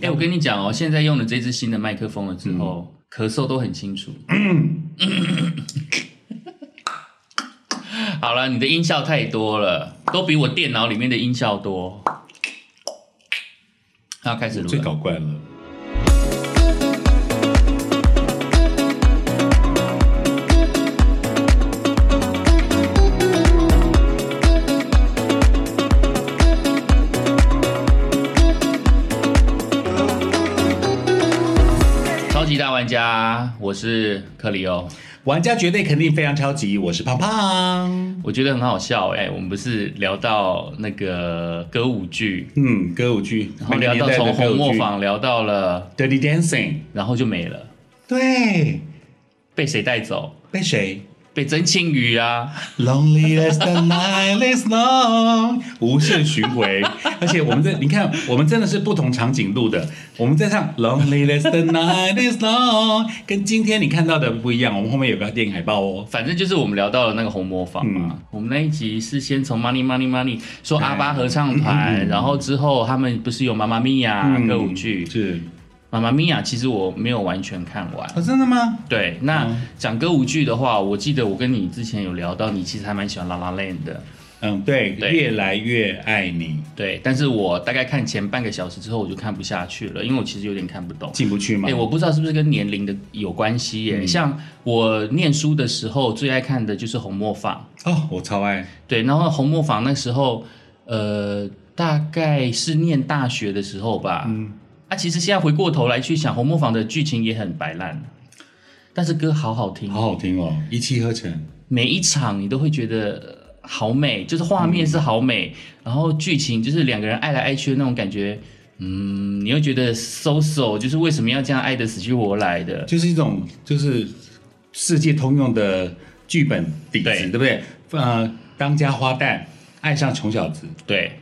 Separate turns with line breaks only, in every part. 跟你讲哦，现在用了这支新的麦克风了之后，咳嗽都很清楚。好了，你的音效太多了，都比我电脑里面的音效多。要开始录
最
了。
搞怪了。
超级大玩家，我是克里哦欧，
玩家绝对肯定非常超级，我是胖胖。
我觉得很好笑哎、我们不是聊到那个歌舞剧，
嗯，歌舞剧，
然后聊到从红磨坊聊到了，
《Dirty Dancing》，
然后就没了，
对，
被谁带走？
被谁
被曾庆瑜啊！
？Lonely as the night is long，无限循回。 而且我们这，你看，我们真的是不同场景录的。我们在唱《Lonely as the night is long》，跟今天你看到的不一样。我们后面有个电影海报哦。
反正就是我们聊到了那个红磨坊嘛。我们那一集是先从 Money Money Money 说阿巴合唱团，然后之后他们不是有妈妈咪呀
啊
歌舞剧，
嗯是
妈妈咪呀其实我没有完全看完。
啊，真的吗？
对，那讲歌舞剧的话，我记得我跟你之前有聊到，你其实还蛮喜欢《La La Land》的，
嗯，对，
对
越来越爱你，
对。但是我大概看前半个小时之后，我就看不下去了，因为我其实有点看不懂。
进不去吗？
哎、我不知道是不是跟年龄的有关系耶、像我念书的时候，最爱看的就是《红磨坊》。
哦，我超爱，
对，然后红磨坊那时候，呃，大概是念大学的时候吧。嗯，啊，其实现在回过头来去想，红磨坊的剧情也很白烂，但是歌好好听，
好好听哦，一气呵成。
每一场你都会觉得呃好美，就是画面是好美，然后剧情就是两个人爱来爱去的那种感觉。嗯，你又觉得 so so，就是为什么要这样爱的死去活来的？
就是一种就是世界通用的剧本底子，
对
对不对？呃，当家花旦爱上穷小子，
对，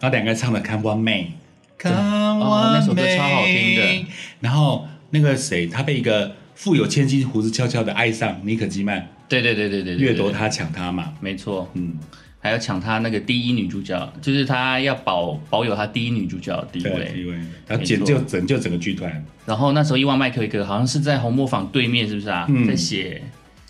然后两个人唱的《看花妹》，看
哦那首歌
花妹
超好听的。
然后那个谁，他被一个富有千金、胡子悄悄的爱上妮可基曼，
对对对对对对，
掠夺
对，
他、抢他嘛。
没错。
嗯，
还要抢她那个第一女主角，就是她要保保有她第一女主角的地
对，
位。
因为然后
没
拯
错
救拯救整个剧团，
然后那时候伊万麦克一个好像是在红磨坊对面，是不是啊？
嗯
在写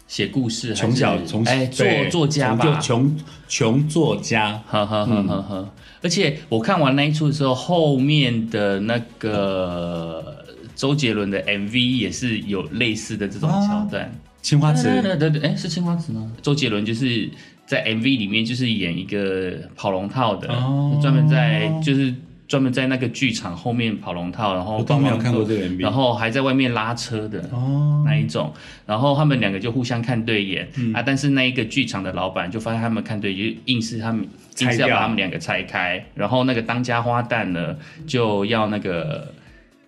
写故事还是，
穷小从
哎作
对
作家
从就嗯
吧，
穷穷作家，
呵呵呵呵呵。而且我看完那一出的时候，后面的那个周杰伦的 MV 也是有类似的这种
啊
桥段。
青花瓷。
对对对，哎，是青花瓷吗？周杰伦就是在 MV 里面就是演一个跑龙套的，
哦
专门在就是专门在那个剧场后面跑龙套，然后
我都没有
帮忙
看过
做
这个 MV
然后还在外面拉车的。
哦，
那一种，然后他们两个就互相看对眼、
嗯
啊，但是那一个剧场的老板就发现他们看对眼，就硬是他们硬
拆
是
掉
要把他们两个拆开，然后那个当家花旦呢就要那个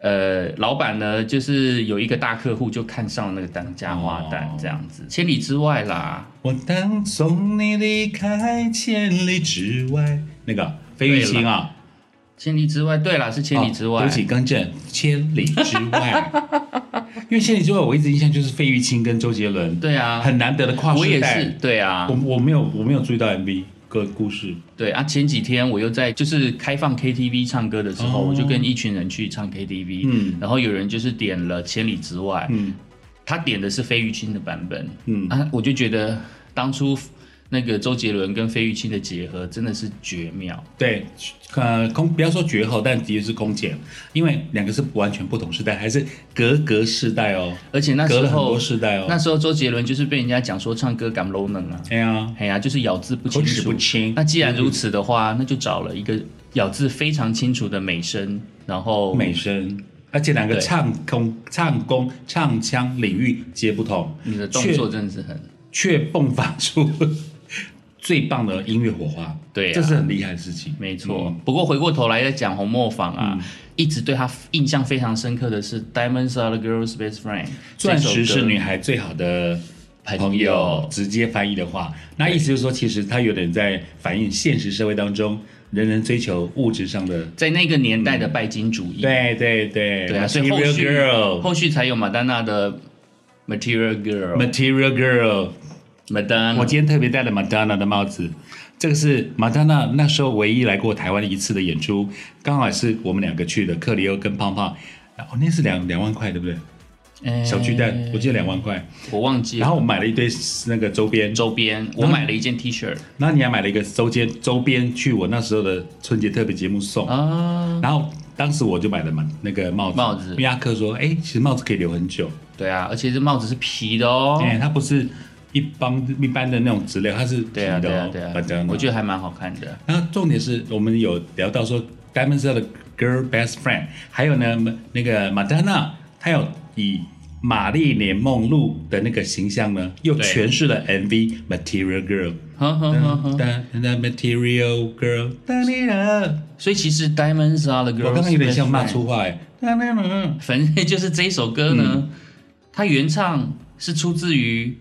呃，老板呢，就是有一个大客户就看上了那个当家花旦
哦
这样子，千里之外啦，
我当送你离开千里之外，那个费玉清啊，
千里之外，对啦，是千里之
哦
外，
对不起，更正，千里之 外。因为千里之外，我一直印象就是费玉清跟周杰伦，
对啊，
很难得的跨世代。
我也是，对啊
我，我没有我没有注意到 MV 个故事，
对啊，前几天我又在就是开放 KTV 唱歌的时候，
哦
我就跟一群人去唱 KTV，
嗯
然后有人就是点了千里之外，
嗯
他点的是费玉清的版本，
嗯
啊，我就觉得当初那个周杰伦跟费玉清的结合真的是绝妙，
对，呃，空不要说绝后，但的确是空姐，因为两个是完全不同时代，还是隔隔世代哦，
而且那
隔
时
了很
候
多世代哦。
那时候周杰伦就是被人家讲说唱歌敢 low 能啊，
哎呀，
哎呀、就是咬字不
口
清
齿
楚
不。清。
那既然如此的话，那就找了一个咬字非常清楚的美声，然后
美声，而且两个
对
唱功、唱功、唱腔领域皆不同，
你的动作真的是很
却迸发出最棒的音乐火花。
对啊
这是很厉害的事情。嗯
没错。不过回过头来再讲红磨坊啊，一直对他印象非常深刻的是《Diamonds Are the Girl's Best Friend》，
钻石
这首
是
歌
女孩最好的
朋
朋友
友，
直接翻译的话，那意思就是说，其实它有点在反映现实社会当中，人人追求物质上的。
在那个年代的拜金主义。
对对对，
对啊，所以后
Material
续
girl。
后续才有马丹娜的《Material Girl》
Material Girl，
马丹
我今天特别戴了 Madonna 的帽子，这个是马丹娜那时候唯一来过台湾一次的演出，刚好也是我们两个去的，克里欧跟胖胖。哦，那是两两万块，对不对？
哎
小巨蛋，我记得两万块。
我忘记了。
然后我买了一堆那个周边，
周边，我买了一件 T 恤
然后你还买了一个周边周边去我那时候的春节特别节目送。
啊，
然后当时我就买了嘛那个帽子，
帽子
因为阿克说，哎、其实帽子可以留很久，
对啊，而且这帽子是皮的哦。
哎、它不是一般一般的那种质量，它是皮
对
的、
啊，
哦，
对啊，对啊
反正，
我觉得还蛮好看的。
然后重点是我们有聊到说 Diamond 的 Girl Best Friend，还有呢那个马丹娜，她有以玛丽莲梦露的那个形象呢，又
对嗯
诠释了 MV Material Girl，
哼哼哼哼。
哒哒 Material Girl，哒哩啦
所以其实 Diamonds Are the Girls，
我刚刚有点像骂
Best
粗
Friend。
话哎，哒哩啦
反正就是这一首歌呢，
嗯
它原唱是出自于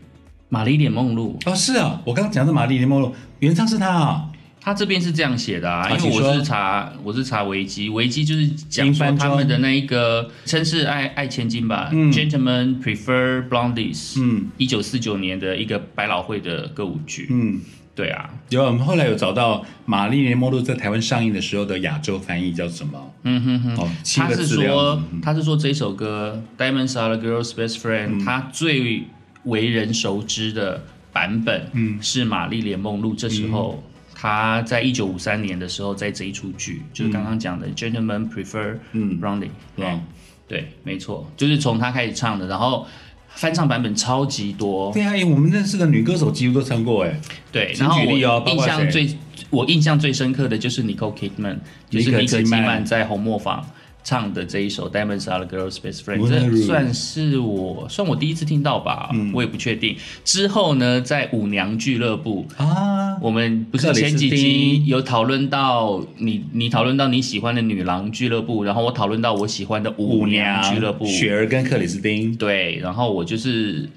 玛丽莲梦露，
哦是啊，我刚刚讲的玛丽莲梦露原唱是她啊，
他这边是这样写的啊，
啊
因为
请说
我是查我是查维基，维基就是讲
英
说
翻中
他们的那一个绅士爱爱千金吧、
嗯
g e n t l e m e n prefer blondies，
嗯
一九四九年的一个百老汇的歌舞剧，
嗯。
对啊，
有，我们后来有找到《玛丽莲梦露》在台湾上映的时候的亚洲翻译叫什么？
嗯哼哼。
哦，七
他
个
是
字料
说
嗯，
他是说这首歌《Diamonds Are the Girl's Best Friend》，他
嗯
最为人熟知的版本，
嗯
是玛丽莲梦露。这时候，他在一九五三年的时候，在这一出剧，就是刚刚讲的《Gentlemen Prefer
嗯
Blondie》，
嗯
对，没错，就是从他开始唱的，然后翻唱版本超级多，
对啊，哎，我们认识的女歌手几乎都唱过哎，
对，
请
然后
举例哦
我
包
印
括
象
谁
最我印象最深刻的就是 Nicole Kidman，就是
妮可
妮可
基
基
曼
曼在红磨坊唱的这一首《Diamonds Are the Girl's Best Friend》，
Wonderful
这算是我算我第一次听到吧，
嗯
我也不确定。之后呢，在舞娘俱乐部。
啊，
我们不是
克里斯
前几
汀
集有讨论到你，你讨论到你喜欢的女郎俱乐部，然后我讨论到我喜欢的舞
舞
娘
娘
俱乐部，
雪儿跟克里斯汀，
对，然后我就是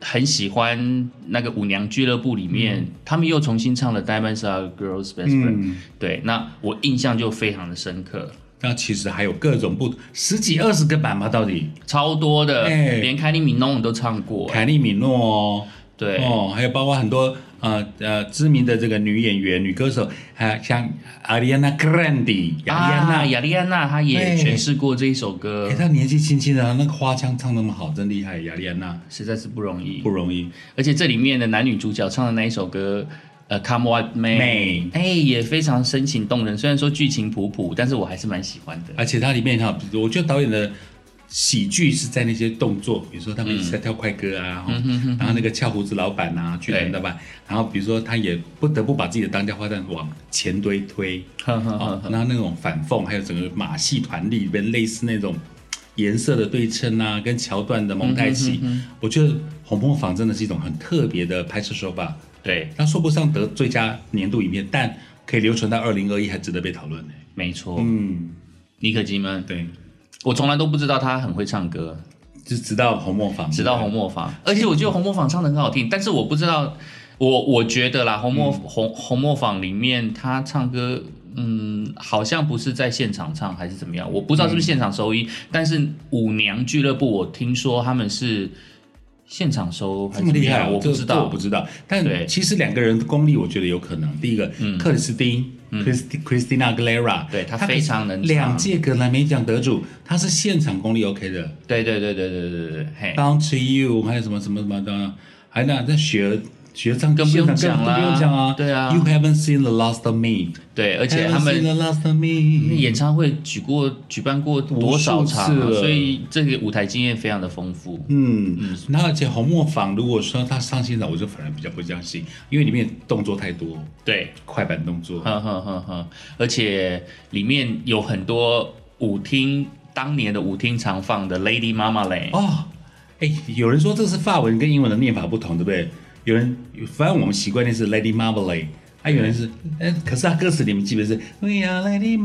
很喜欢那个舞娘俱乐部里面，他们又重新唱了《Diamonds Are Girls' Best Friend、
嗯，
对，那我印象就非常的深刻，
那其实还有各种不十几二十个版吧，到底
超多的，
哎
连凯莉米诺都唱过、哎
凯利米诺哦，
对，
哦，还有包括很多呃呃知名的这个女演员、女歌手，还有像 Ariana Grande 雅丽安娜
啊，雅丽安娜她也
哎
诠释过这一首歌
哎，，她年纪轻轻的，她那个花腔唱那么好，真厉害，雅丽安娜
实在是不容易
不。容易。
而且这里面的男女主角唱的那一首歌，呃，《Come What May
May》，
哎，也非常深情动人。虽然说剧情普普，但是我还是蛮喜欢的。
而且它里面哈，我觉得导演的喜剧是在那些动作，比如说他们一直在跳快歌啊，哈然后那个翘胡子老板啊，巨人老板，然后比如说他也不得不把自己的当家花旦往前堆推，
呵呵呵
哦
呵，
然后那种反讽，还有整个马戏团里边类似那种颜色的对称啊，跟桥段的蒙太奇，我觉得红磨坊真的是一种很特别的拍摄手法，
对，
它说不上得最佳年度影片，但可以留存到二零二一，还值得被讨论呢。
没错。
嗯，
妮可基曼，
对。
我从来都不知道她很会唱歌，
就直到红磨坊，
直到红磨
嗯
坊。而且我觉得红磨坊唱的很好听，但是我不知道，我我觉得啦，红磨、
嗯
红红磨坊里面她唱歌，嗯，好像不是在现场唱还是怎么样，我不知道是不是现场收音。但是舞娘俱乐部，我听说他们是现场收还是
这么
怎么
厉害，
样，我
这
不知
这我
道
不。知道。但
对嗯
其实两个人的功力，我觉得有可能。第一个，克里斯汀，Christi- Christina Aguilera，
对她
她可
非常能唱
两届格莱美奖得主，她是现场功力 OK 的。
对对对对对对对，嘿，
Down to You，还有什么什么什么的，还有那在学学唱，
更不用
现场
讲啦
更不用讲啊。
对啊
，You haven't seen the last of me，
对，而且他
Haven't seen
们。
the last of me，
演唱会举过举办过多少场、
无数
啊，
次了
所以这个舞台经验非常的丰富。
嗯，那而且红磨坊，如果说他上现场，我就反而比较不相信，因为里面动作太多，
对，
快板动作。
哼哼哼哼，而且里面有很多舞厅当年的舞厅常放的 Lady Mama 嘞、
哦，哎，有人说这是法文跟英文的念法不同，对不对？有人，反正我们习惯念是 Lady Marmalade，啊，有人是，哎，可是他歌词里面基本是 We are Lady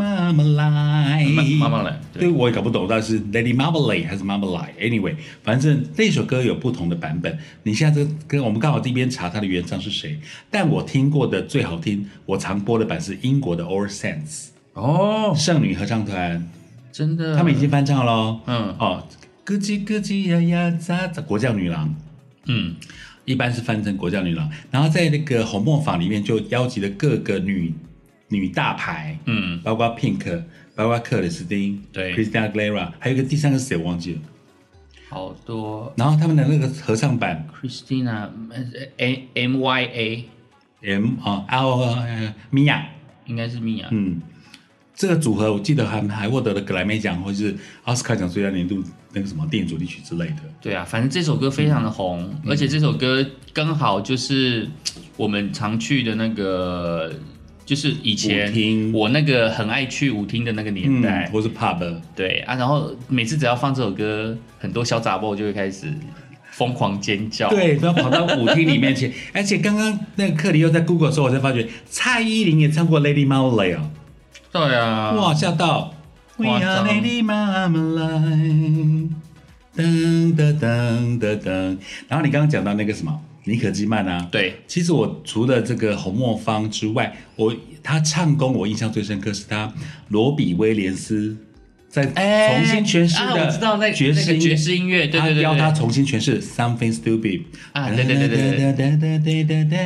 Marmalade，
妈妈嘞，
对，
对，
我也搞不懂到底是 Lady Marmalade 还是 Marmalade。Anyway，反正那首歌有不同的版本。你现在这跟我们刚好这边查它的原唱是谁，但我听过的最好听，我常播的版是英国的 All Saints
哦，
圣女合唱团。
真的，
他们已经翻唱喽。
嗯
哦，咯叽咯叽呀呀喳喳，国教女郎。
嗯，
一般是翻成国教女郎。然后在那个红磨坊里面就邀集了各个女女大牌，
嗯，
包括 Pink，包括克里斯汀，
对
，Christina Aguilera，还有一个第三个是谁我忘记了。
好多
然后他们的那个合唱版
Christina 呃 M M Y A
M 啊 L 呃米娅，
应该是啊米娅，
嗯，这个组合我记得还还获得了格莱美奖或者是奥斯卡奖最佳年度那个什么电影主题曲之类的。
对啊，反正这首歌非常的红，
嗯
而且这首歌刚好就是我们常去的那个，就是以前
舞厅
我那个很爱去舞厅的那个年代
嗯，，或是 pub，
对啊，然后每次只要放这首歌，很多小杂货就会开始疯狂尖叫，
对，都要跑到舞厅里 面去。而且刚刚那个克里又在 Google 的时候，我才发觉蔡依林也唱过 Lady Marmalade 哦，
对啊，
哇，吓到！We
夸
are
张
Lady Marmalade，噔噔噔噔噔。然后你刚刚讲到那个什么妮可基曼啊，
对，
其实我除了这个侯莫芳之外，我他唱功我印象最深刻是他罗比威廉斯在
哎
重新诠释
啊
的
我知道那
爵
那
士
个
音乐
爵士音乐，对对对
他邀
对
他重新诠释 Something Stupid
啊对对对对对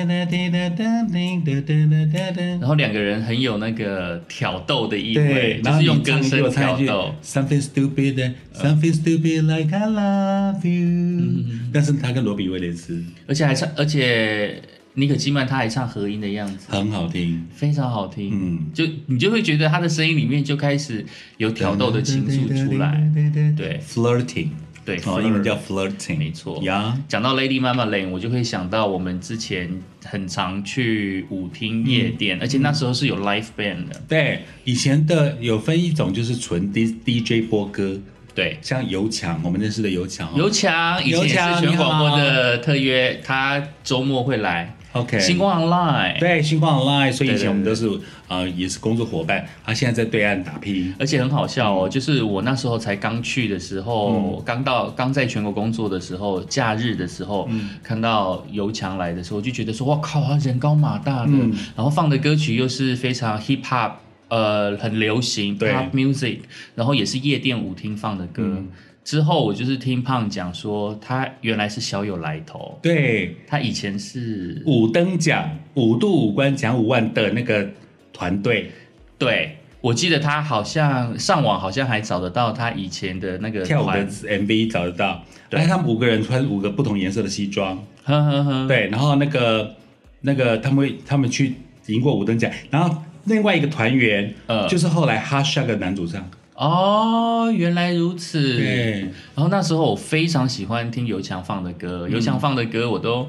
然后两个人很有那个挑逗的意味，
对，
就
然后
是
你
用
唱
歌
一句我
声嗯
唱
挑
一句
逗。
Something Stupid Something Stupid Like I Love
嗯
You，但是他跟罗比威廉斯
而且还唱，而且妮可基曼她还唱合音的样子，
很好听，
非常好听。
嗯。
就你就会觉得她的声音里面就开始有挑逗的情愫出来。，对
，flirting，
对
哦，
flirt
英文叫 flirting，
没错
呀，
讲到 Lady Mama Lane，我就会想到我们之前很常去舞厅夜店，而且那时候是有 live band 的。
对，以前的有分一种就是纯 D D J 播歌，
对，
像尤强，我们认识的尤强哦，
尤强以前也
尤强
是全广
你好
播的特约，他周末会来
OK，
星光 Online。
对星光 Online，所以以前
对对
我们都是呃也是工作伙伴，他现在在对岸打拼，
而且很好笑
嗯
哦，就是我那时候才刚去的时候，刚到刚在全国工作的时候，假日的时候，
嗯
看到尤强来的时候，我就觉得说，哇靠，他人高马大的，
嗯
然后放的歌曲又是非常 hip hop，呃，很流行
对
pop music，然后也是夜店舞厅放的歌。
嗯
之后我就是听胖讲说，他原来是小有来头，
对，
他以前是
五等奖五度五关奖五万的那个团队
对。我记得他好像上网好像还找得到他以前的那个
跳舞的
团
MV 找得到，然后他们五个人穿五个不同颜色的西装，
呵呵呵，
对，然后那个那个他们会他们去赢过五等奖，然后另外一个团员，
呃
就是后来哈夏的男主唱，
哦，原来如此。
对，
然后那时候我非常喜欢听尤强放的歌，
嗯
尤强放的歌我都。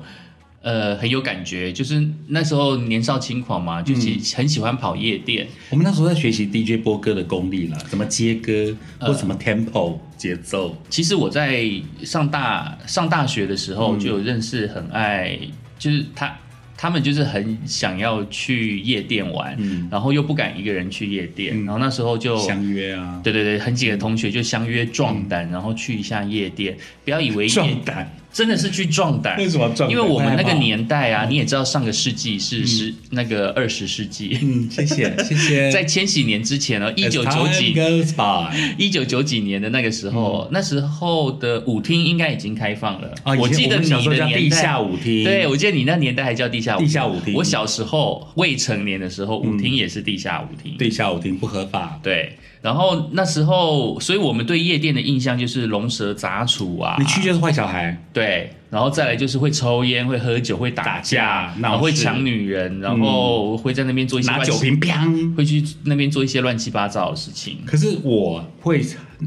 呃，很有感觉，就是那时候年少轻狂
嗯
嘛，就其很喜欢跑夜店，
我们那时候在学习 DJ 播歌的功力啦，怎么接歌
嗯
或什么 tempo 节奏，
其实我在上大上大学的时候
嗯
就有认识很爱，就是他他们就是很想要去夜店玩，
嗯
然后又不敢一个人去夜店，
嗯
然后那时候就
相约啊，
对对对，很几个同学就相约壮胆，然后去一下夜店，不要以为夜
嗯壮胆，
真的是去壮胆，
为什么壮胆哎嗯
因为我们那个
会害怕
年代啊，你也知道上个世纪是十、那个二十世纪，
嗯，谢谢 谢谢，
在千禧年之前哦呢，一九九
As time
几
goes by
一九九几年的那个时候，那时候的舞厅应该已经开放了。
啊，以前
我记得
们
你
小时候
的
叫
年
地
代
下。舞厅，
对，，我记得你那年代还叫地下舞厅。
地下舞厅嗯
我小时候未成年的时候，舞厅也是地下舞厅。
地下舞厅不合法，
对，然后那时候，所以我们对夜店的印象就是龙蛇杂处啊，
你去就是坏小孩，
对，然后再来就是会抽烟、会喝酒、会打架，
打架
然后
闹
会
事
抢女人，然后会在那边做一些
拿
乱
酒
七，
瓶砰。
会去那边做一些乱七八糟的事情。
可是我会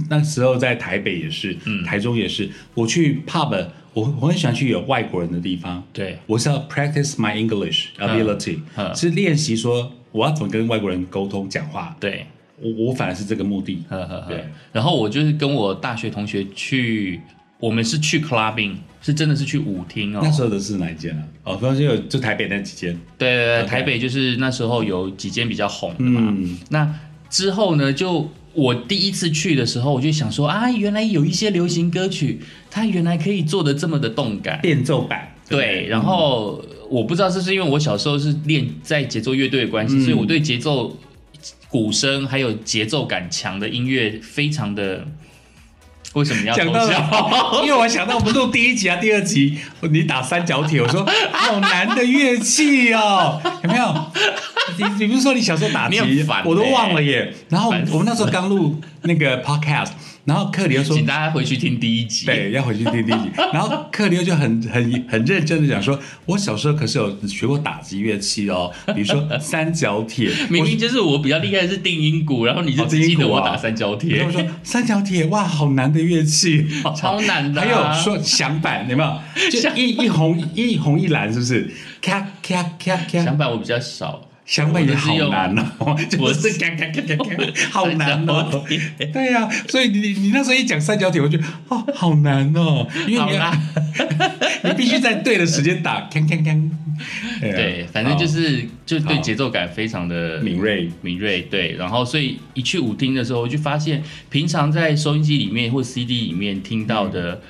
那时候在台北也是，
嗯
台中也是，我去 pub，我我很喜欢去有外国人的地方，
对，
我是要 practice my English ability，、
嗯
是练习说我要怎么跟外国人沟通讲话。
对，
我我反而是这个目的。
呵呵呵
对。
然后我就是跟我大学同学去，我们是去 clubbing，是真的是去舞厅哦。
那时候的是哪一间啊？哦，反正就有就台北那几间。
对对对
OK
台北就是那时候有几间比较红的嘛。
嗯，
那之后呢，就我第一次去的时候，我就想说啊，原来有一些流行歌曲，它原来可以做的这么的动感。
变奏版。
对，然后我不知道是不是因为我小时候是练在节奏乐队的关系，
嗯
所以我对节奏、鼓声还有节奏感强的音乐非常的为什么你要
讲
偷
到
笑？
了， 因为我想到我们录第一集啊、第二集， 你打三角铁，我说 好难的乐器哦，有没有？你你不是说你小时候打
你很
击
烦，欸
我都忘了耶。然后我
烦
们
死
我们那时候刚录那个 podcast，然后克里又说
请大家回去听第一集。
对，要回去听第一集。然后克里欧就很很很认真的讲说，我小时候可是有学过打击乐器哦，比如说三角铁。
明明就是我比较厉害的是定音鼓，然后
哦
你就只记得我打三角铁
啊我，说三角铁哇，好难的乐 器，
超难的啊
还有说响板，有没 有？就一一红一红一蓝，是不是？咔咔咔咔，
想法我比较少。
响板也好 难哦，
我
就是
是嘎嘎嘎嘎嘎，
好难哦
三角铁。
对呀、所以你你那时候一讲三角铁，我就哦，好难哦，因为
好
你要
啦，
你必须在对的时 间打，锵锵锵。对啊
对，反正就
好
是就对
好
节奏感非常的
敏锐。
敏锐，对，然后所以一去舞厅的时候，我就发现平常在收音机里面或 CD 里面听到的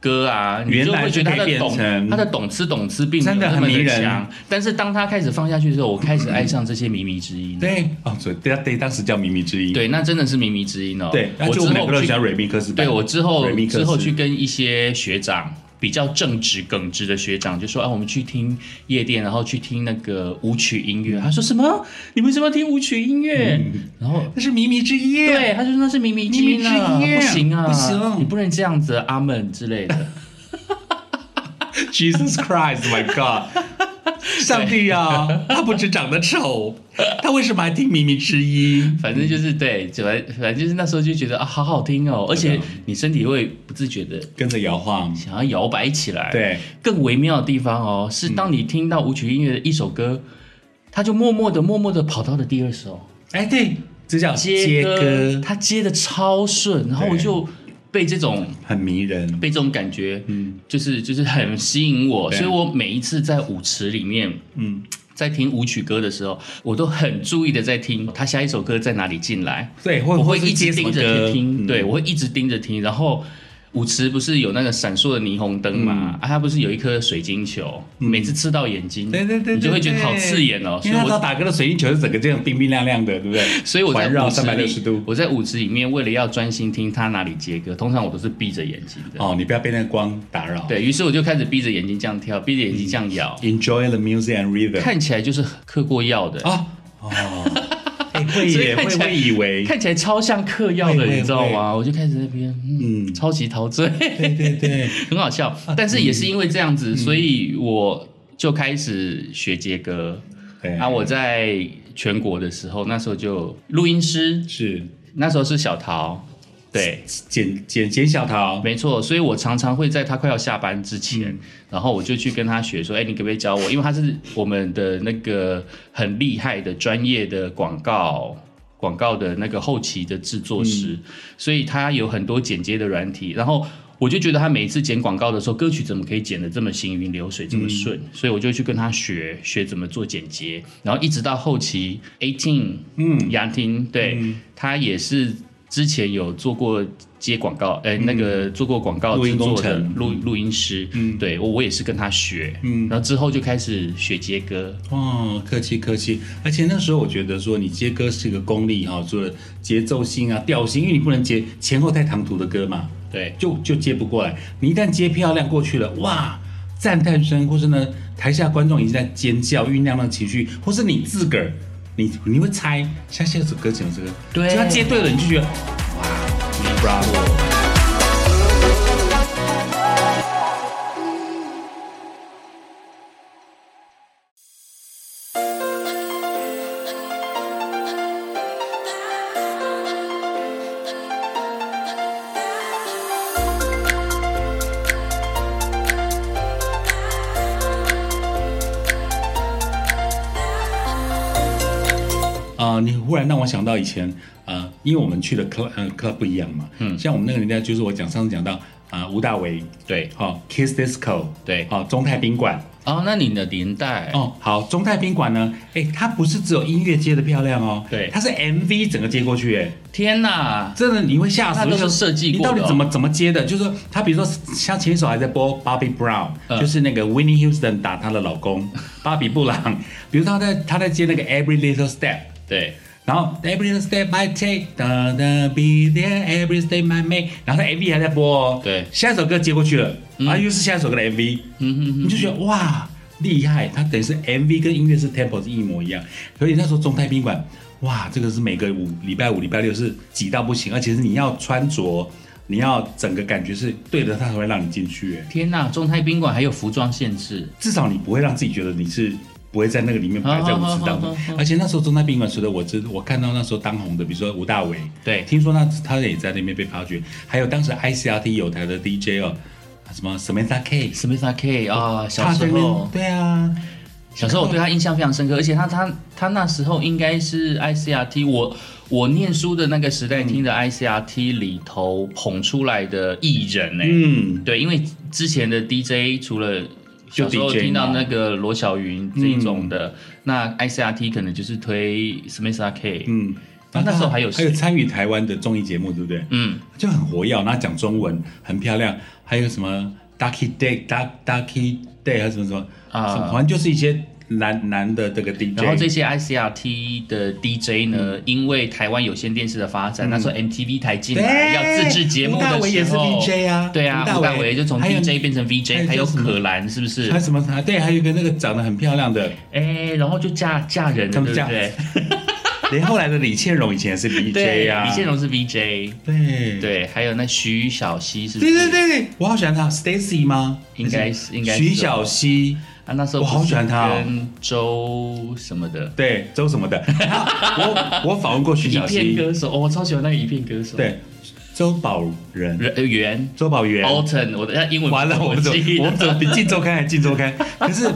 歌啊，你
嗯原
就
来
会觉得它
就可以
的
变
懂
成
它的懂吃懂吃并没有
真的
那
很
么的
迷人
强，但是当它开始放下去的时候，我开始爱上这些靡靡之音。
对哦，所以对对，当时叫靡靡之音。
对，那真的是靡靡之音哦。
对，然
我
后
之
就我们两个
后
都喜
去
欢，瑞米克斯版。
对我之后
瑞米克斯
之后去跟一些学长。比较正直耿直的学长就说啊，我们去听夜店，然后去听那个舞曲音
嗯
乐。他说什么？你们什么要听舞曲音乐？然后
那是靡靡之音。
对，他就说那是靡靡之音啊，
靡靡之音
不行啊，
不行
你不能这样子，阿门之类 的。
，Jesus Christ，My God，上帝啊，他不止长得丑，他为什么还听靡靡之音？
反正就是对，反反正就是那时候就觉得啊，好好听哦，而
啊
且你身体会不自觉的
跟着摇晃。
想要摇摆起来。，
对，
更微妙的地方哦，是当你听到舞曲音乐的一首歌，它就默默的、默默的跑到了第二首
哎对，这叫接
歌，
歌，
它接的超顺，然后我
对
就被这种
很迷人。
被这种感觉，
嗯
就是就是很吸引我，
对
所以我每一次在舞池里面。
嗯，
在听舞曲歌的时候，我都很注意的在听他下一首歌在哪里进来，
对，或
我会
或是
一直
接什么
盯着
歌
去听，
嗯
对我会一直盯着听。然后舞池不是有那个闪烁的霓虹灯
嗯
嘛？啊，它不是有一颗水晶球，每次刺到眼睛，
对对对，
你就会觉得
对
好刺眼哦。所
因
以
为他
我，
打歌的水晶球是整个这样冰冰亮亮的，对不对？
所以我在
环绕
舞池
360
里
度，
我在舞池里面为了要专心听他哪里接歌，通常我都是闭着眼睛的。
哦，你不要被那光打扰。
对于是，我就开始闭着眼睛这样跳，闭着眼睛这
嗯
样摇，
，Enjoy the music and rhythm。
看起来就是嗑过药的。
啊哦，哎会
所以
耶，
看
会
起来
会以为，
看起来超像嗑药的，
会会
你知道吗？我就开始在那边，嗯，
嗯
超级陶醉，
对对对， 啊嗯
很好笑。但是也是因为这样子，所以我就开始学接歌。
对
啊，我在全国的时候，那时候就录音师，
是
那时候是小桃，对，
简简简小桃，
没错。所以我常常会在他快要下班之前，
嗯
然后我就去跟他学说，哎、你可不可以教我？因为他是我们的那个很厉害的专业的广告。广告的那个后期的制作师，
嗯
所以他有很多剪接的软体。然后我就觉得他每一次剪广告的时候，歌曲怎么可以剪得这么行云流水，这么顺？
嗯
所以我就去跟他学学怎么做剪接，然后一直到后期 Eighteen，嗯，雅婷，对、
嗯
他也是之前有做过接广告，哎、那个做过广告
嗯录
制
音工
作的
程
录录音师，嗯，对我我也是跟他学，嗯，然后之后就开始学接歌，
哦，客气客气。而且那时候我觉得说，你接歌是一个功力哈，除了节奏性啊、调性，因为你不能接前后太唐突的歌嘛，
对，
就就接不过来。你一旦接漂亮过去了，哇！赞叹声，或是呢，台下观众已经在尖叫，酝酿那个情绪，或是你自个儿，你你会猜，像这首歌讲这个，
对
只要接对了，你就觉得，哇你，bravo！啊、你忽然让我想到以前，呃，因为我们去的 club 呃 club 不一样嘛，嗯，像我们那个年代，就是我讲上次讲到啊、呃吴大维，
对，
好、Kiss Disco，
对
好、中泰宾馆，
哦，那你的年代，
哦，好，中泰宾馆呢，哎，它不是只有音乐接的漂亮哦，
对
它是 MV 整个接过去，哎，
天哪，
真的你会吓死，
那都是
就
设计
你
过的
到
哦
底怎么怎么接的？就是说，他比如说像前一首还在播 Bobby Brown，、
嗯
就是那个 Winnie Houston 打她的老公芭比布朗，比如说他在他在接那个 Every Little Step。
对，
然后 Every step I take，da da be there every step I make，然后它 MV 还在播哦。
对
下一首歌接过去了，啊，又是下一首歌的 MV，
嗯哼哼
你就觉得哇厉害，它等于是 MV 跟音乐是 tempo 是一模一样。所以那时候中泰宾馆，哇，这个是每个五礼拜五、礼拜六是挤到不行，而且是你要穿着，你要整个感觉是对的，它才会让你进去。哎
天呐，中泰宾馆还有服装限制，
至少你不会让自己觉得你是不会在那个里面摆在舞池
好好好好
当中
好。
而且那时候中泰宾馆，除了我知，我看到那时候当红的，比如说吴大维，
对
听说那他也在那边被发掘，还有当时 ICRT 有台的 DJ 哦，什么 Samantha K，
s m i t h K 啊、小
他在
时
那边
候，
对啊，
小时候我对他印象非常深刻，而且他他他那时候应该是 ICRT，我我念书的那个时代听的 ICRT 里头捧出来的艺人呢、
嗯，
对，因为之前的 DJ 除了
就
小时候
DJ
听到
嘛
那个罗小云这一种的，那 ICRT 可能就是推 s m i t h 啊 K，
嗯，
那那时候还有
还
谁
有参与台湾的综艺节目，对不对？
嗯，
就很活跃，然后讲中文很漂亮，还有什么 Ducky Day、Duck Ducky Day 还有什么什么
啊
什么反正就是一些男男的这个 DJ，
然后这些 ICRT 的 DJ 呢，
嗯
因为台湾有线电视的发展，那时候 MTV 台进来
对
要自制节目
吴大
的
维也
时
是
候
VJ 啊
对啊，吴
吴大
大
维
维就从
还有
DJ 变成
还有
VJ，
叫
还有
什么
可兰是不是
还有？什么啊？对，还有一个那个长得很漂亮的，
哎，然后就嫁嫁人
他
了，对不
们嫁
对？
连后来的李倩蓉以前也是
对
DJ 啊，
李现荣是 VJ，
对
对，还有那徐小溪是不
对
是？
对对对，我好喜欢她，Stacy 吗？
应该是应该是
徐小溪，
啊，那时候
我好喜欢他哦
跟周什么的
对周什么的，然后我我访问过 徐
一
小
片
溪，
歌手，哦我超喜欢那个一片歌手，
对周宝仁，
人，呃袁
周宝元，
Alton，我的哦他英文
完了，我们怎么
记得
我 们怎么比《镜周刊》还《镜周刊》？可是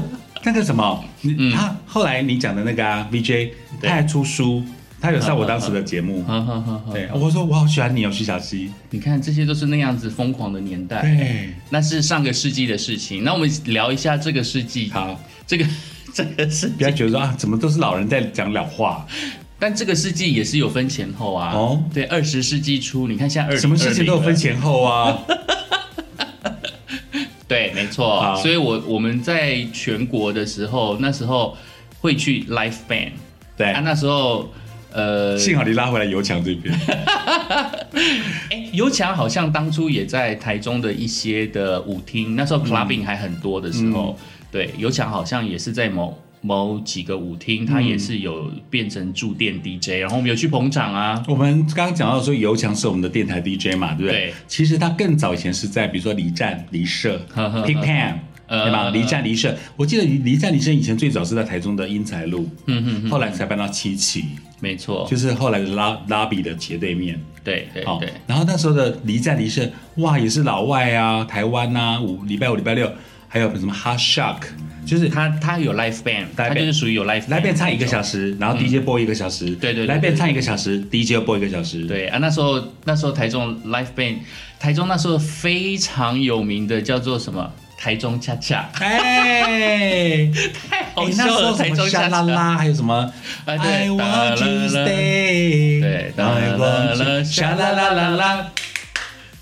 那个什么，你
嗯
他后来你讲的那个啊，VJ，
对嗯
他还出书，他有上我当时的节目。
好好好好，
对，我说我好喜欢你哦，徐小溪。
你看这些都是那样子疯狂的年代，
对，
那是上个世纪的事情。那我们聊一下这个世纪，
好，
这个 这个世
不要
纪，
觉得说啊，怎么都是老人在讲老话，
但这个世纪也是有分前后啊。
哦
对，二十世纪初，你看现在二
什么事情都有分。前 后啊。
对，没错
好。
所以我我们在全国的时候，那时候会去 l i f e band，
对
啊，，那时候呃，
幸好你拉回来油墙这边。
哎，尤强好像当初也在台中的一些的舞厅，那时候
嗯
clubbing 还很多的时候，对，尤强好像也是在某某几个舞厅，他也是有变成驻店 DJ，然后我们有去捧场啊，
我们刚刚讲到说油墙是我们的电台 DJ 嘛，对不对？
对
其实他更早以前是在比如说离站、离社、
呵呵呵
Pig Pan。
呃
对吧？离站离社，我记得离站离社以前最早是在台中的英才路，
嗯哼哼，
后来才搬到七期，
没错，
就是后来的拉拉比的斜对面。
对对
好
对，，
然后那时候的离站离社，哇，也是老外啊，台湾啊，五礼拜五、礼拜六，还有什么 Hard Shock，就是
他他有 l i f e band，他
band
就是属于有 l i f e
来变唱一个
时。
小时，然后 DJ 播一个小时，
嗯对对对
来
对
变
对
唱一个小时，DJ 播一个小时，
对啊，那时候那时候台中 l i f e band，台中那时候非常有名的叫做什么？台中恰恰，
哎，
太好
哎那时
哦笑了！
候
台
什么
中恰
沙啦
恰，
啦，还有什么
啊
I
对哒啦啦
want to stay，
对哒啦啦
I want to 沙
沙啦
啦啦
啦
啦
啦
啦，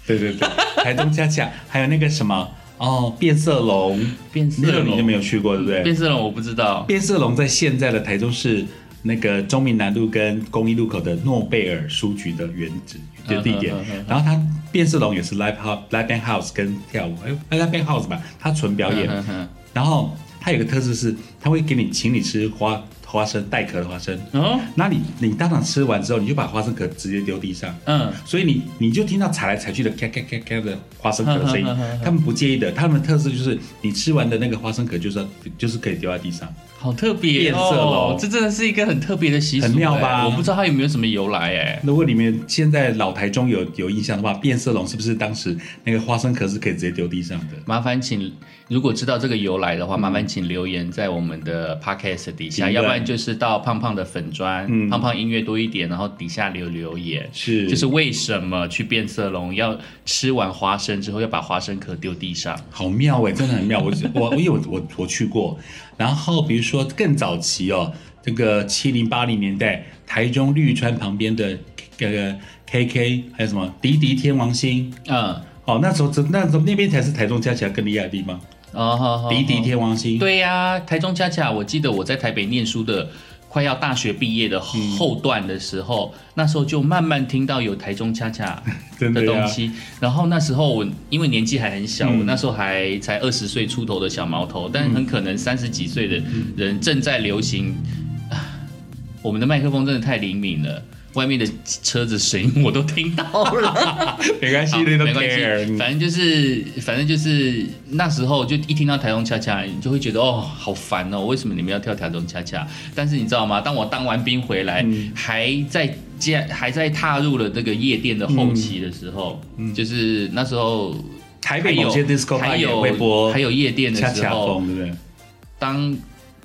对对对，台中恰恰， 还有那个什么哦，变色龙，
变色
那个
龙
你就没有去过，对不对？
变色龙我不知道，
变色龙在现在的台中市那个中民南路跟公益路口的诺贝尔书局的原址的地点
嗯嗯嗯嗯，
然后它变色龙也是 live house live band house 跟跳舞，哎，live band house 吧，它纯表演，
嗯哼
然后它有个特色是，它会给你请你吃花花生带壳的花生，
哼哦，
那你你当场吃完之后，你就把花生壳直接丢地上。
嗯，
所以你你就听到踩来踩去的咔咔咔咔的花生壳的声音
哼哼哼哼，
他们不介意的，他们的特色就是你吃完的那个花生壳就是就是可以丢在地上，
好特别
变色
哦
龙，
这真的是一个很特别的习俗，
很妙吧
哎我不知道它有没有什么由来哎。
如果你们现在老台中有有印象的话，变色龙是不是当时那个花生壳是可以直接丢地上的？
麻烦请，如果知道这个由来的话，麻烦请留言在我们的 podcast 底下，
嗯评论
要不然就是到胖胖的粉砖，
嗯
胖胖音乐多一点，然后底下留留言，
是
就是为什么去变色龙要吃完花生之后要把花生壳丢地上？
好妙哎、真的很妙。我我我有我我去过，然后比如说更早期哦，这个七零八零年代，台中绿川旁边的那个 KK，还有什么迪迪天王星，
嗯，
哦，那时候真那时候那边才是台中加起来更厉害的地方，
哦，好好好
迪迪天王星。
对呀、台中恰恰，我记得我在台北念书的快要大学毕业的后段的时候，那时候就慢慢听到有台中恰恰
真的啊
的
呀
东西。然后那时候我因为年纪还很小，我那时候还才二十岁出头的小毛头，但很可能三十几岁的人正在流行。啊我们的麦克风真的太灵敏了。外面的车子声音我都听到了，
没关系
好
，little
没关
care，
系，反正就是，反正就是那时候就一听到台中恰恰，你就会觉得哦，好烦哦，为什么你们要跳台中恰恰？但是你知道吗？当我当完兵回来，
嗯
还在接，还在踏入了这个夜店的后期的时候，
嗯
就是那时候
台
还
北某
有
些 disco
还
bar 也会
有
播
还有夜店
恰
的时
恰
候，
风，对不对？
当。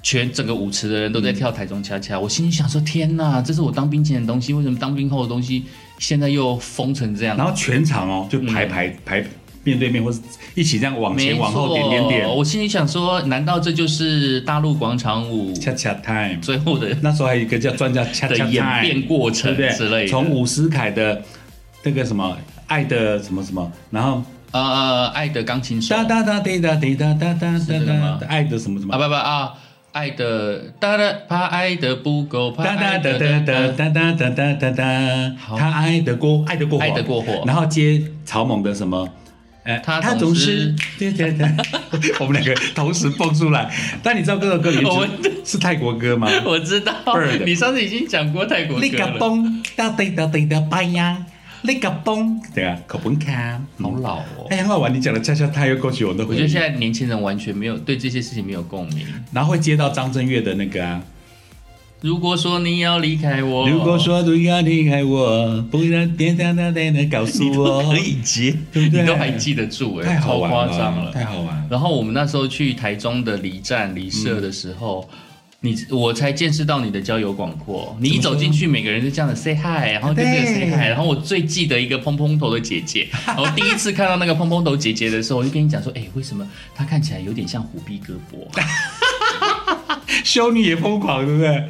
全整个舞池的人都在跳台中恰
嗯
恰，我心里想说：天哪，这是我当兵前的东西，为什么当兵后的东西现在又疯成这样？
然后全场哦，就排
嗯
排排面对面，或是一起这样往
没
前
错，
哦往后点点点，
我心里想说，难道这就是大陆广场舞
恰恰 time。
最后的
那时候还有一个叫专家恰
的
恰
演
time，
变过
对
程
不对？
之类的？
从伍思凯的那个什么爱的什么什么，然后
呃呃，爱的钢琴手
哒
啊
哒哒滴哒滴哒哒哒
是这个
哒
吗
哒，爱的什么什
不
么。
不啊，爱的哒哒，怕爱的不够，怕
哒哒
爱
哒
的嗯
哒哒哒哒哒哒哒哒，
好
他爱得过，爱得过火，
爱得过火
然后接草蜢的什么？呃，
他
他
总
总是， 对对对， 我们两个同时蹦出来。但你知道这首歌 名
我们
字是泰国歌吗？
我知道
Bird，
你上次已经讲过泰国
你
歌
个
了，
蹦哒滴哒滴哒拜呀，你个蹦，对啊，口本卡，
好老哦。
哎，很好玩。你讲的恰恰太又勾起我的
我
回
觉得
忆
现，在年轻人完全没有对这些事情没有共鸣。
然后会接到张震岳的那个啊。
如果说你要离开我，
如果说你要离开我，不然别哒哒哒的告诉
你
我
都，可以接，
对不对
你都还记得住哎、
太好
超
玩
夸张了。
太好玩了。
然后我们那时候去台中的离站离社的时候，你我才见识到你的交友广阔。你一走进去，每个人就这样的 say hi，然后就这个 say
对
hi。然后我最记得一个蓬蓬头的姐 姐，然后第一次看到那个蓬蓬头姐姐的时候，我就跟你讲说，哎、为什么她看起来有点像虎逼哥 博？
修女也疯狂，对不对？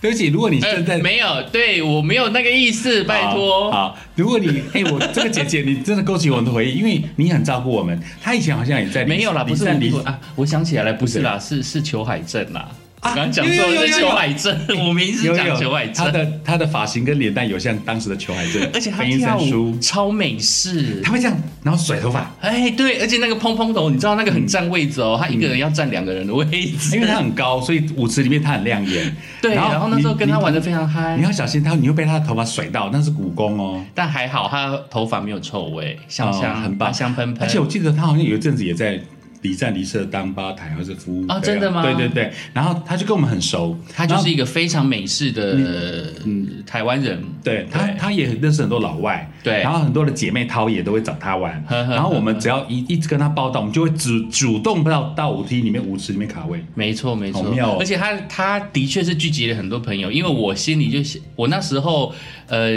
对不起，如果你现在、
呃 没有，对我没有那个意思，拜托。
好，好如果你哎、我这个姐姐，你真的勾起我的回忆，因为你很照顾我们。她以前好像也在
没有啦，不是
在
我
离
我啊，我想起来了，不是啦，是是裘海正啦。我
啊
刚刚讲错
有有
了，
有
是
有
裘海正，我名字
有
讲
有
裘海
她
正，
的她的发型跟脸蛋有像当时的裘海正，
而且他
飞鹰
跳
三
舞
叔，
超美式
她。会这样，然后甩头发，
哎，对，而且那个蓬蓬头，你知道那个很占位置哦，他一个人要占两个人的位置。
因为她很高，所以舞池里面她很亮眼。
对，然后那时候跟他玩的非常
你，你
嗨，
要小心她，你会被她的头发甩到，那是武功哦。
但还好他头发没有臭味，香
哦
香
很棒
八香喷喷。
而且我记得他好像有一阵子也在离站离社当吧台或是服务
哦
对啊
真的吗
对对对，然后他就跟我们很熟，
他就
然后
是一个非常美式的
嗯
呃台湾人，
对他
对
他也认识很多老外，
对
然后很多的姐妹淘也都会找他玩，
呵呵呵
然后我们只要一一直跟他报道，我们就会主主动到到舞厅里面舞池里面卡位，
没错，没错，
好妙哦
而且他他的确是聚集了很多朋友，因为我心里就是我那时候，呃，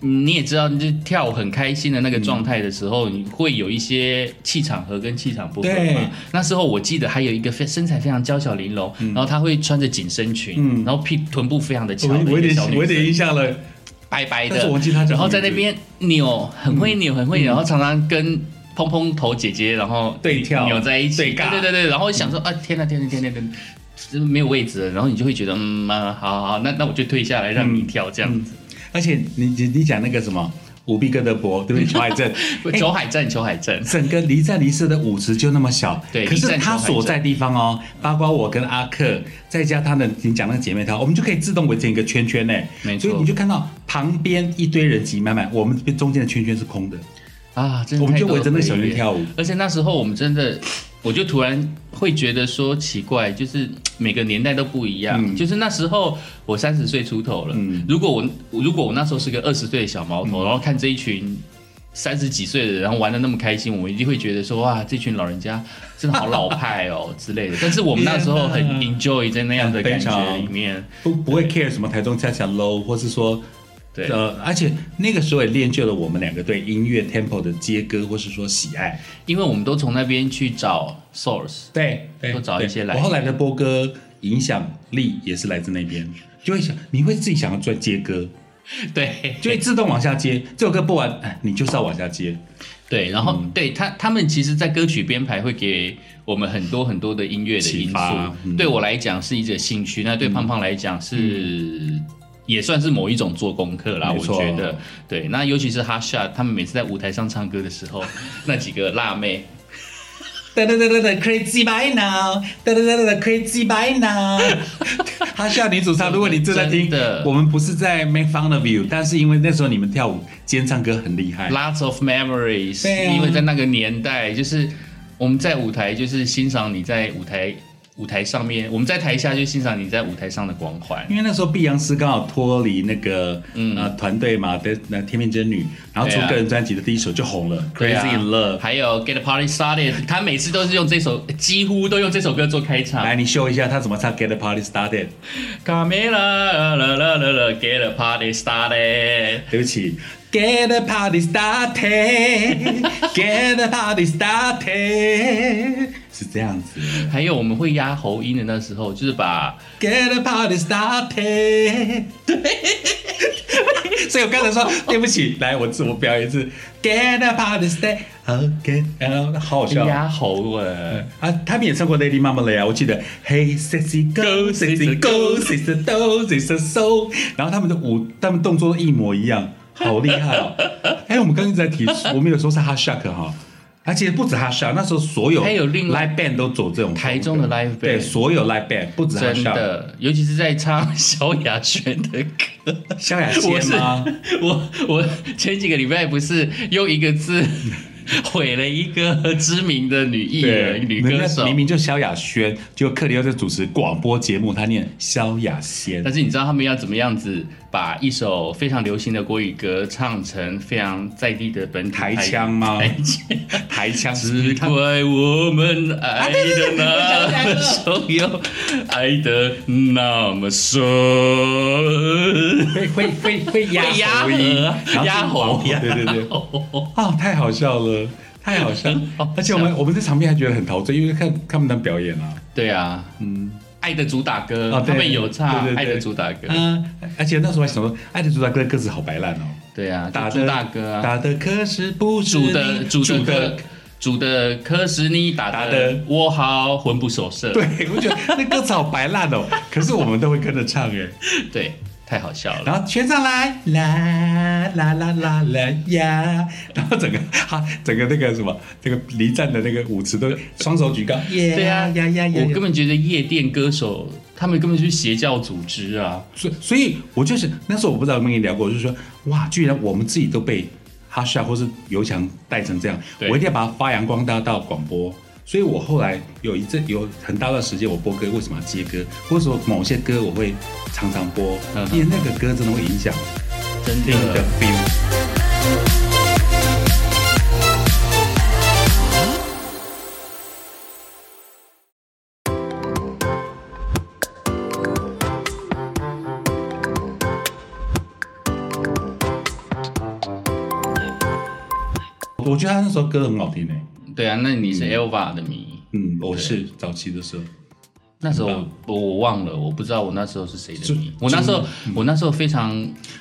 你也知道，就跳舞很开心的那个状态的时候，你会有一些气场合跟气场不合
对
嘛。那时候我记得还有一个非身材非常娇小玲珑，然后她会穿着紧身裙，
嗯
然后屁臀部非常的翘
我
的
我有
一个
点
小
我有
女
点
生。
印象了，
白白
但是
的，
我忘记她叫什么
然后在那
名字
边扭，很会
嗯
扭，很会扭，然后常常跟蓬蓬头姐姐，然后
对跳
扭在一起，
对尬
对对对，然后想说啊，天呐天呐天呐天呐，真没有位置了，然后你就会觉得嗯啊，好好好，那那我就退下来让你跳这样子。
嗯而且你你你讲那个什么舞弊哥德伯对不对？乔 海正，哎
求海战，求海战，
整个离站离社的舞池就那么小，
对
可
离
是
站
他所在地方哦，包括我跟阿克，再加他的你讲那个姐妹淘，我们就可以自动围成一个圈圈呢。
没错
所以你就看到旁边一堆人挤满满，我们这边中间的圈圈是空的，
啊，真的
我们
太
就
多
围着那个小
回忆
圈
了
跳舞。
而且那时候我们真的，我就突然会觉得说奇怪，就是每个年代都不一样。
嗯
就是那时候我三十岁出头了，
嗯
如果我如果我那时候是个二十岁的小毛头，然后看这一群。三十几岁的人，然后玩的那么开心，我们一定会觉得说哇，这群老人家真的好老派哦 之类的。但是我们那时候很
天
enjoy 在那样的感
非
觉
常
里面，
不不会 care 什么台中恰恰 low，或是说。
对
呃，而且那个时候也练就了我们两个对音乐 tempo 的接歌，或是说喜爱。
因为我们都从那边去找 source，
对，对
多找一些来
我
源
后来的播歌影响力也是来自那边，就会想你会自己想要做接歌，
对
就会自动往下接。这首歌播完，哎，你就是要往下接。
对，然后、
嗯
对他他们其实，在歌曲编排会给我们很多很多的音乐的
启
因素
发。嗯
对我来讲是一个兴趣，那对胖胖来讲是。也算是某一种做功课啦，
嗯没
我
错
觉得对。那尤其是哈夏，他们每次在舞台上唱歌的时 候，那几个辣妹，
哒哒哒哒哒，Crazy by now，哒哒哒哒哒，Crazy by now。哈夏女主唱，如果你正在听
真的
我们不是在 make fun of you，但是因为那时候你们跳舞兼唱歌很厉害，
Lots of memories，、
哎对啊
因为在那个年代，就是我们在舞台就是欣赏你在舞台舞台上面，我们在台下就欣赏你在舞台上的光环。
因为那时候碧昂斯刚好脱离那个
嗯
呃团队嘛的那天命真女，然后出
对啊
个人专辑的第一首就红了
对啊
，Crazy in Love。
还有 Get the Party Started，他每次都是用这首，几乎都用这首歌做开场。
来，你秀一下他怎么唱《Get the Party Started》。
卡梅拉啦啦啦啦，Get the Party Started。
对不起，Get the Party Started，Get the Party Started，是这样子。
还有我们会压喉音的那时候，就是把
Get the party started。对，所以我刚才说对不起，来，我自我表演一次。Get the party started。OK，然后呃好好笑。
压喉呃了。
啊，他们也唱过 Lady Mama 了呀，我记得 Hey sexy go sexy go sexy do sexy so，然后他们的舞，他们动作一模一样，好厉 害哦！哎，我们刚刚一直在提，我们有时候是 h a s h a k 哈，而且不止 h a s h a k 那时候所有
还有另
live
外
band 都走这种风格
台中的 live band
对，所有 live band 不止 h a
真
s h a k
的，尤其是在唱萧亚轩的歌，
萧亚轩吗？
我我前几个礼拜不是用一个字毁了一个知名的女艺人、女歌
人家
手，
明明就萧亚轩，就克里奥在主持广播节目，他念萧亚轩
但，是你知道他们要怎么样子把一首非常流行的国语歌唱成非常在地的本土
台腔吗
台腔，
台腔
只怪我们爱的那么深，又爱的那么深。
会会会会压
会压
喉音
喉
然后
压
是
喉
黄对对对，啊，太好笑了，太好 笑了
好哦笑，
而且我们我们在场边还觉得很陶醉，因为看看他们的表演啊，
对啊，嗯，爱的主打歌，
哦对
他们有唱
对对对
爱的主打歌，
嗯，而且那时候还想说，爱的主打歌歌词好白烂哦，
对啊，
打
主
的
打歌啊，
打的可是不是
煮的
你
煮的
煮
歌。煮的可是你打
打
的
的，
我好魂不守舍。
对，我觉得那歌词好白烂哦，可是我们都会跟着唱哎。
对，太好笑了。
然后全上来，啦啦啦啦啦呀，然后整个哈，整个那个什么，这个离站的那个舞池都双手举高，耶
对啊，
呀呀呀
我
呀
根！本觉得夜店歌手他们根本就是邪教组织啊，
所以所以，我就是那时候我不知道有没有跟你聊过，我就是说，哇，居然我们自己都被哈夏或是尤强带成这样，
对
我一定要把它发扬光大到广播。所以我后来有一阵有很大段时间我播歌，为什么要接歌？或者说某些歌我会常常播
嗯，哼
因为那个歌真的会影响
真
听的
的。
feel。我觉得他那时候歌很好听诶、欸
对啊，那你是 Elva 的迷？
嗯，我是早期的时候，
那时候
很
我我忘了，我不知道我那时候是谁的
就
迷。我那时候我那时候非常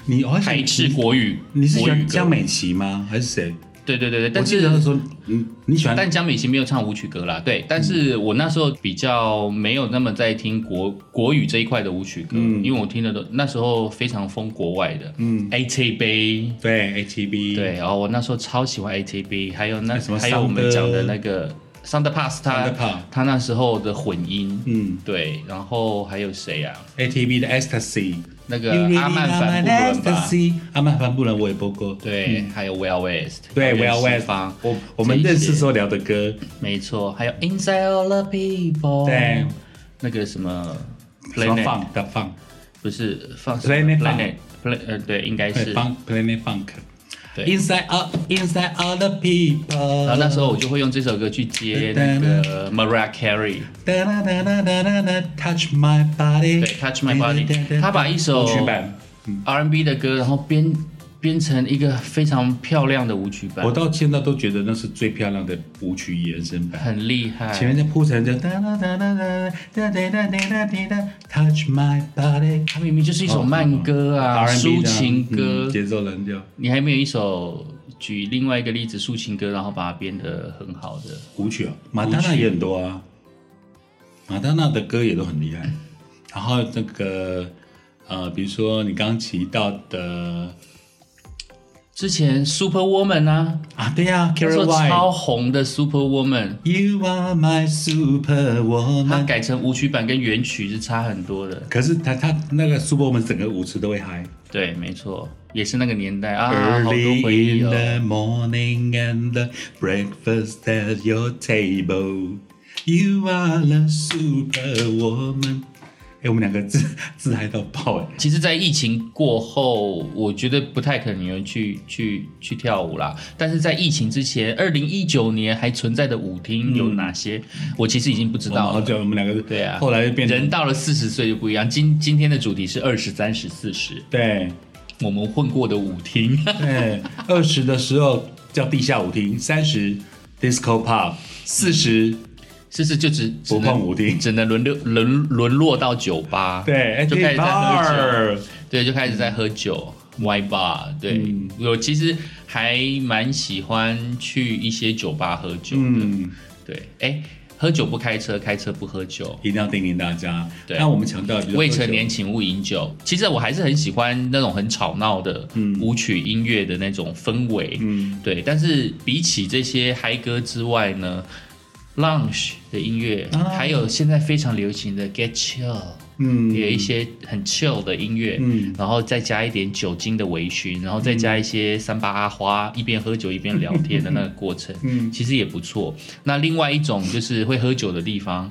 你好像
排斥国语，
你是喜
国语
欢
歌
江？美琪吗？还是谁？
对对对对，
我
但
记得那
是
时候，嗯，你喜欢
但江美琪没有唱舞曲歌啦，对。但是
嗯
我那时候比较没有那么在听国国语这一块的舞曲歌，
嗯
因为我听的都那时候非常疯国外的，嗯，ATB，
对 E ATB，
对，然、后我那时候超喜欢 ATB，还有那
什么
还有我们
Sound-
讲的那个 Sound Pass，他
Sound Pass
他那时候的混音，
嗯
对，然后还有谁啊？
，ATB 的 Ecstasy，
那个阿曼凡布伦吧，
阿曼凡布伦我也播过，
对，还有 Well West，
嗯对
还有
，Well
任
West
西方，
我我们
这一
认识
些
时候聊的歌，
没错，还有 Inside All the People，
对，
那个什么
什么
Planet
Funk 的 Funk，
不是放
Planet
Planet Planet，呃，对，应该
对
是。
Funk Planet Funk。
对
Inside out, inside all the people。
然后那时候我就会用这首歌去接那个 Mariah Carey，
哒哒哒哒哒哒哒，Touch my body。
对，Touch My Body，他把一首
舞曲版，嗯
R&B 的歌，然后编编成一个非常漂亮的舞曲版
我，到现在都觉得那是最漂亮的舞曲延伸版。
很厉害。
前面在铺陈着哒哒哒哒哒哒哒哒哒哒哒，Touch my body，
它明明就是一首慢歌啊，
R&B
抒
的啊
情歌
嗯。节奏蓝调，
你还没有一首举另外一个例子抒情歌，然后把它编得很好的？
舞曲啊，马丹娜也很多啊，马丹娜的歌也都很厉 害。然后那个呃，比如说你刚刚提到的
之前 Super Woman 啊，
啊，对呀
那时
，Carrie
候
White。
超红的 Super Woman，
You are my super
它
woman。
改成舞曲版跟原曲是差很多的。
可是他他那个 super woman 整个舞池都会嗨。
对，没错，也是那个年代啊，好多回
Early
忆
in
哦。
the morning and the breakfast at your table, you are the super woman。哎，我们两个自自嗨到爆哎！
其实，在疫情过后，我觉得不太可能有人去去去跳舞啦。但是在疫情之前，二零一九年还存在的舞厅有哪些？我其实已经不知道
好
了。
久我们两个
对啊
哦后来就变成
人到了四十岁就不一样。今今天的主题是二十三、十四十，
对
我们混过的舞厅。
对，二十的时候叫地下舞厅，三十 disco pub，四十
是是就只只
不碰
能
舞厅，
只能沦落沦沦落到酒吧，
对，哎
就开始在喝酒，
酒。
对，就开始在喝酒，Y bar，对、
嗯
我其实还蛮喜欢去一些酒吧喝酒的，
嗯。
对，哎，喝酒不开车，开车不喝酒。
一定要叮咛大家。
对
那我们强调，比如说
未成年请勿饮酒。其实我还是很喜欢那种很吵闹的舞曲音乐的那种氛围，
嗯，
对。但是比起这些嗨歌之外呢，lounge 的音乐，
啊
还有现在非常流行的 get chill，
嗯，
也有一些很 chill 的音乐，
嗯
然后再加一点酒精的微醺，然后再加一些三八阿花，一边喝酒一边聊天的那个过程，
嗯
其实也不错。那另外一种就是会喝酒的地方。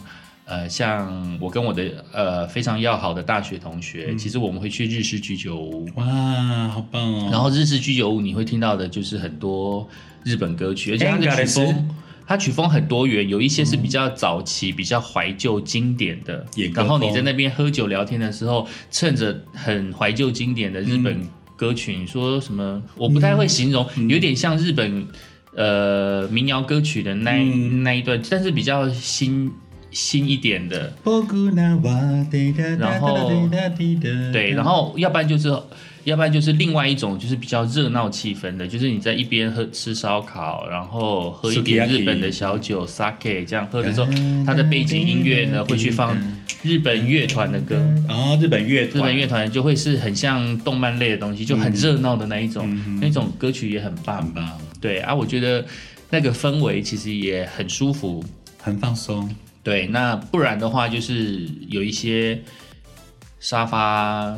呃，像我跟我的呃非常要好的大学同学，其实我们会去日式居酒屋，
哇，好棒哦！
然后日式居酒屋你会听到的就是很多日本歌曲，而且它
应
的
该
曲
是
风，它曲风很多元，有一些是比较早期、比较怀旧经典的
演。歌
然后你
风
在那边喝酒聊天的时候，趁着很怀旧经典的日本歌曲，你说什么？我不太会形容，有点像日本呃民谣歌曲的那一、那一段，但是比较新新一点的。
然
然后对，然后要不然就是，要不然就是另外一种，就是比较热闹气氛的，就是你在一边喝吃烧烤，然后喝一点
Sukiyaki
日本的小酒 sake，这样喝的时候，
嗯
它的背景音乐呢会去放日本乐团的歌，
然后日本乐
日
团，
本乐团就会是很像动漫类的东西，就很热闹的那一种，那种歌曲也很棒
很。棒，
对啊，我觉得那个氛围其实也很舒服。
很放松。
对，那不然的话就是有一些沙发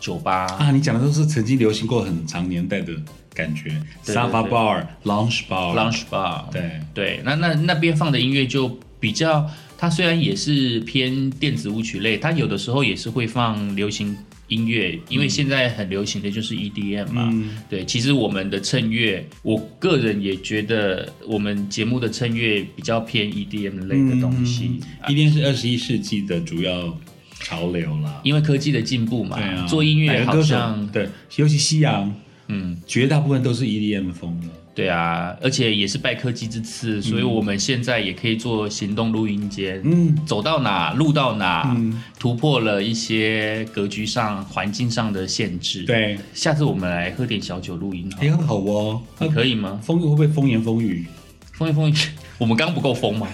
酒吧。
啊，你讲的都是曾经流行过很长年代的感觉，
对对
沙发
对
bar、lounge bar、
哦 lounge bar，
对，
对，那那那边放的音乐就比较，它虽然也是偏电子舞曲类，它有的时候也是会放流行音乐，因为现在很流行的就是 EDM 嘛。
嗯
对，其实我们的衬乐，我个人也觉得我们节目的衬乐比较偏 EDM 类的东西，啊
一定是二十一世纪的主要潮流啦。
因为科技的进步嘛，
对啊，
做音
哪
乐
个
好
歌手
像
对，尤其西洋，
嗯。
绝大部分都是 EDM 风的。
对啊，而且也是拜科技之赐，所以我们现在也可以做行动录音间，
嗯
走到哪录到哪，
嗯，
突破了一些格局上、环境上的限制。，
对，
下次我们来喝点小酒录音好
也很好哦。
了，可以吗？
风会不会风言风语？
风一风一，我们刚不够疯吗？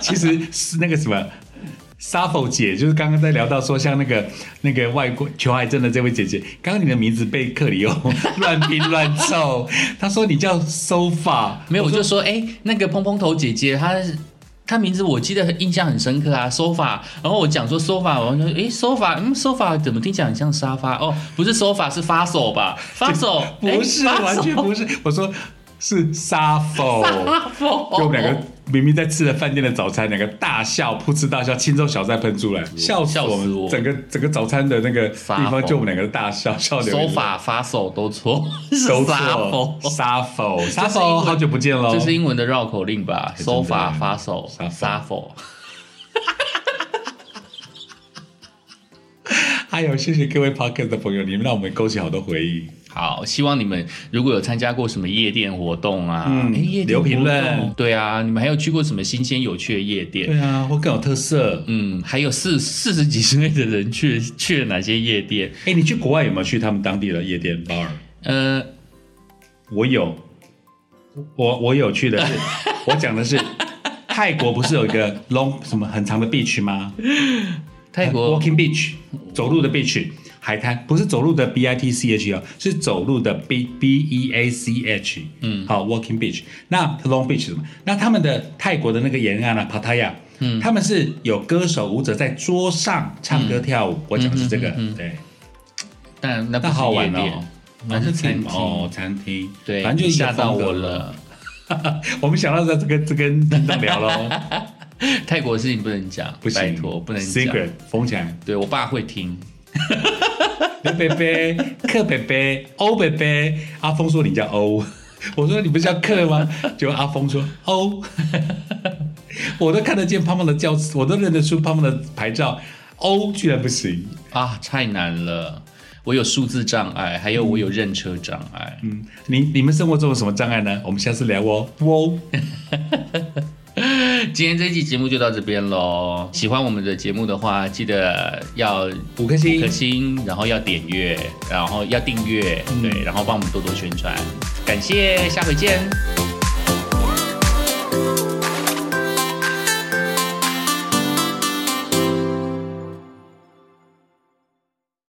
其实是那个什么。沙否姐就是刚刚在聊到说，像那个那个外国求癌症的这位姐姐，刚刚你的名字被克里欧乱拼乱凑， 她说你叫 sofa，
没有，我就说，哎、那个蓬蓬头姐姐，她她名字我记得印象很深刻啊，sofa。然后我讲说 sofa，我说，哎、s o f a 嗯，sofa 怎么听起来很像沙发？哦，不是 sofa，是发手吧？发手
不是、完全不是，我说是沙否，
发手。
就我们两个明明在吃了饭店的早餐，两个大笑，噗嗤大笑，轻舟小菜喷出来，笑死
笑
我
死
们！
我
整个整个早餐的那个地
沙否
方，就我们两个大笑，笑流
手
眼泪。
法发手都错，是
收
沙
错
否，
沙否，沙
这是英
否，
文
好久不见喽！
这是英文的绕口令吧？
哦哎真的
手法发手
杀手
杀否，
哎呦，谢谢各位 Podcast 的朋友，你们让我们勾起好多回忆。
好，希望你们如果有参加过什么夜店活动啊，
嗯
诶夜店
留评
活动
论
对啊，你们还有去过什么新鲜有趣的夜店？
对啊，会更有特色。
嗯，还有四四十几岁的人去去了哪些夜店？
哎，你去国外有没有去他们当地的夜店 bar？
呃，
我有，我我有去 的是，我讲的是泰国不是有一个 long 什么很长的 beach 吗？
泰国
呃 walking beach 走路的 beach 海滩，不是走路的 b i t c h 哦，是走路的 b b e a c h。嗯，好，walking beach。那 long beach 是什么？那他们的泰国的那个沿岸啊，Pattaya，嗯，他们是有歌手舞者在桌上唱歌跳舞。
嗯
我讲的是这个，对，
但那不
那
是
好
夜
玩
店，
哦。
那是餐厅。
哦，餐厅，
对，
反正就
吓到我了。。
我们想到这这个这跟听众聊喽，
泰国的事情不能讲，
不行，
拜托不能讲。
secret 封起来。
对我爸会听，
刘贝贝、克贝贝、欧贝贝，阿峰说你叫欧，我说你不是叫克吗？结果阿峰说欧，我都看得见胖胖的教，我都认得出胖胖的牌照，欧居然不行。
啊，太难了。我有数字障碍，还有我有认车障碍。
嗯，你你们生活中有什么障碍呢？我们下次聊哦。哦，
今天这期节目就到这边喽。喜欢我们的节目的话，记得要
五颗
五
星
颗，星，然后要点阅，然后要订阅，对，然后帮我们多多宣传。感谢，下回见。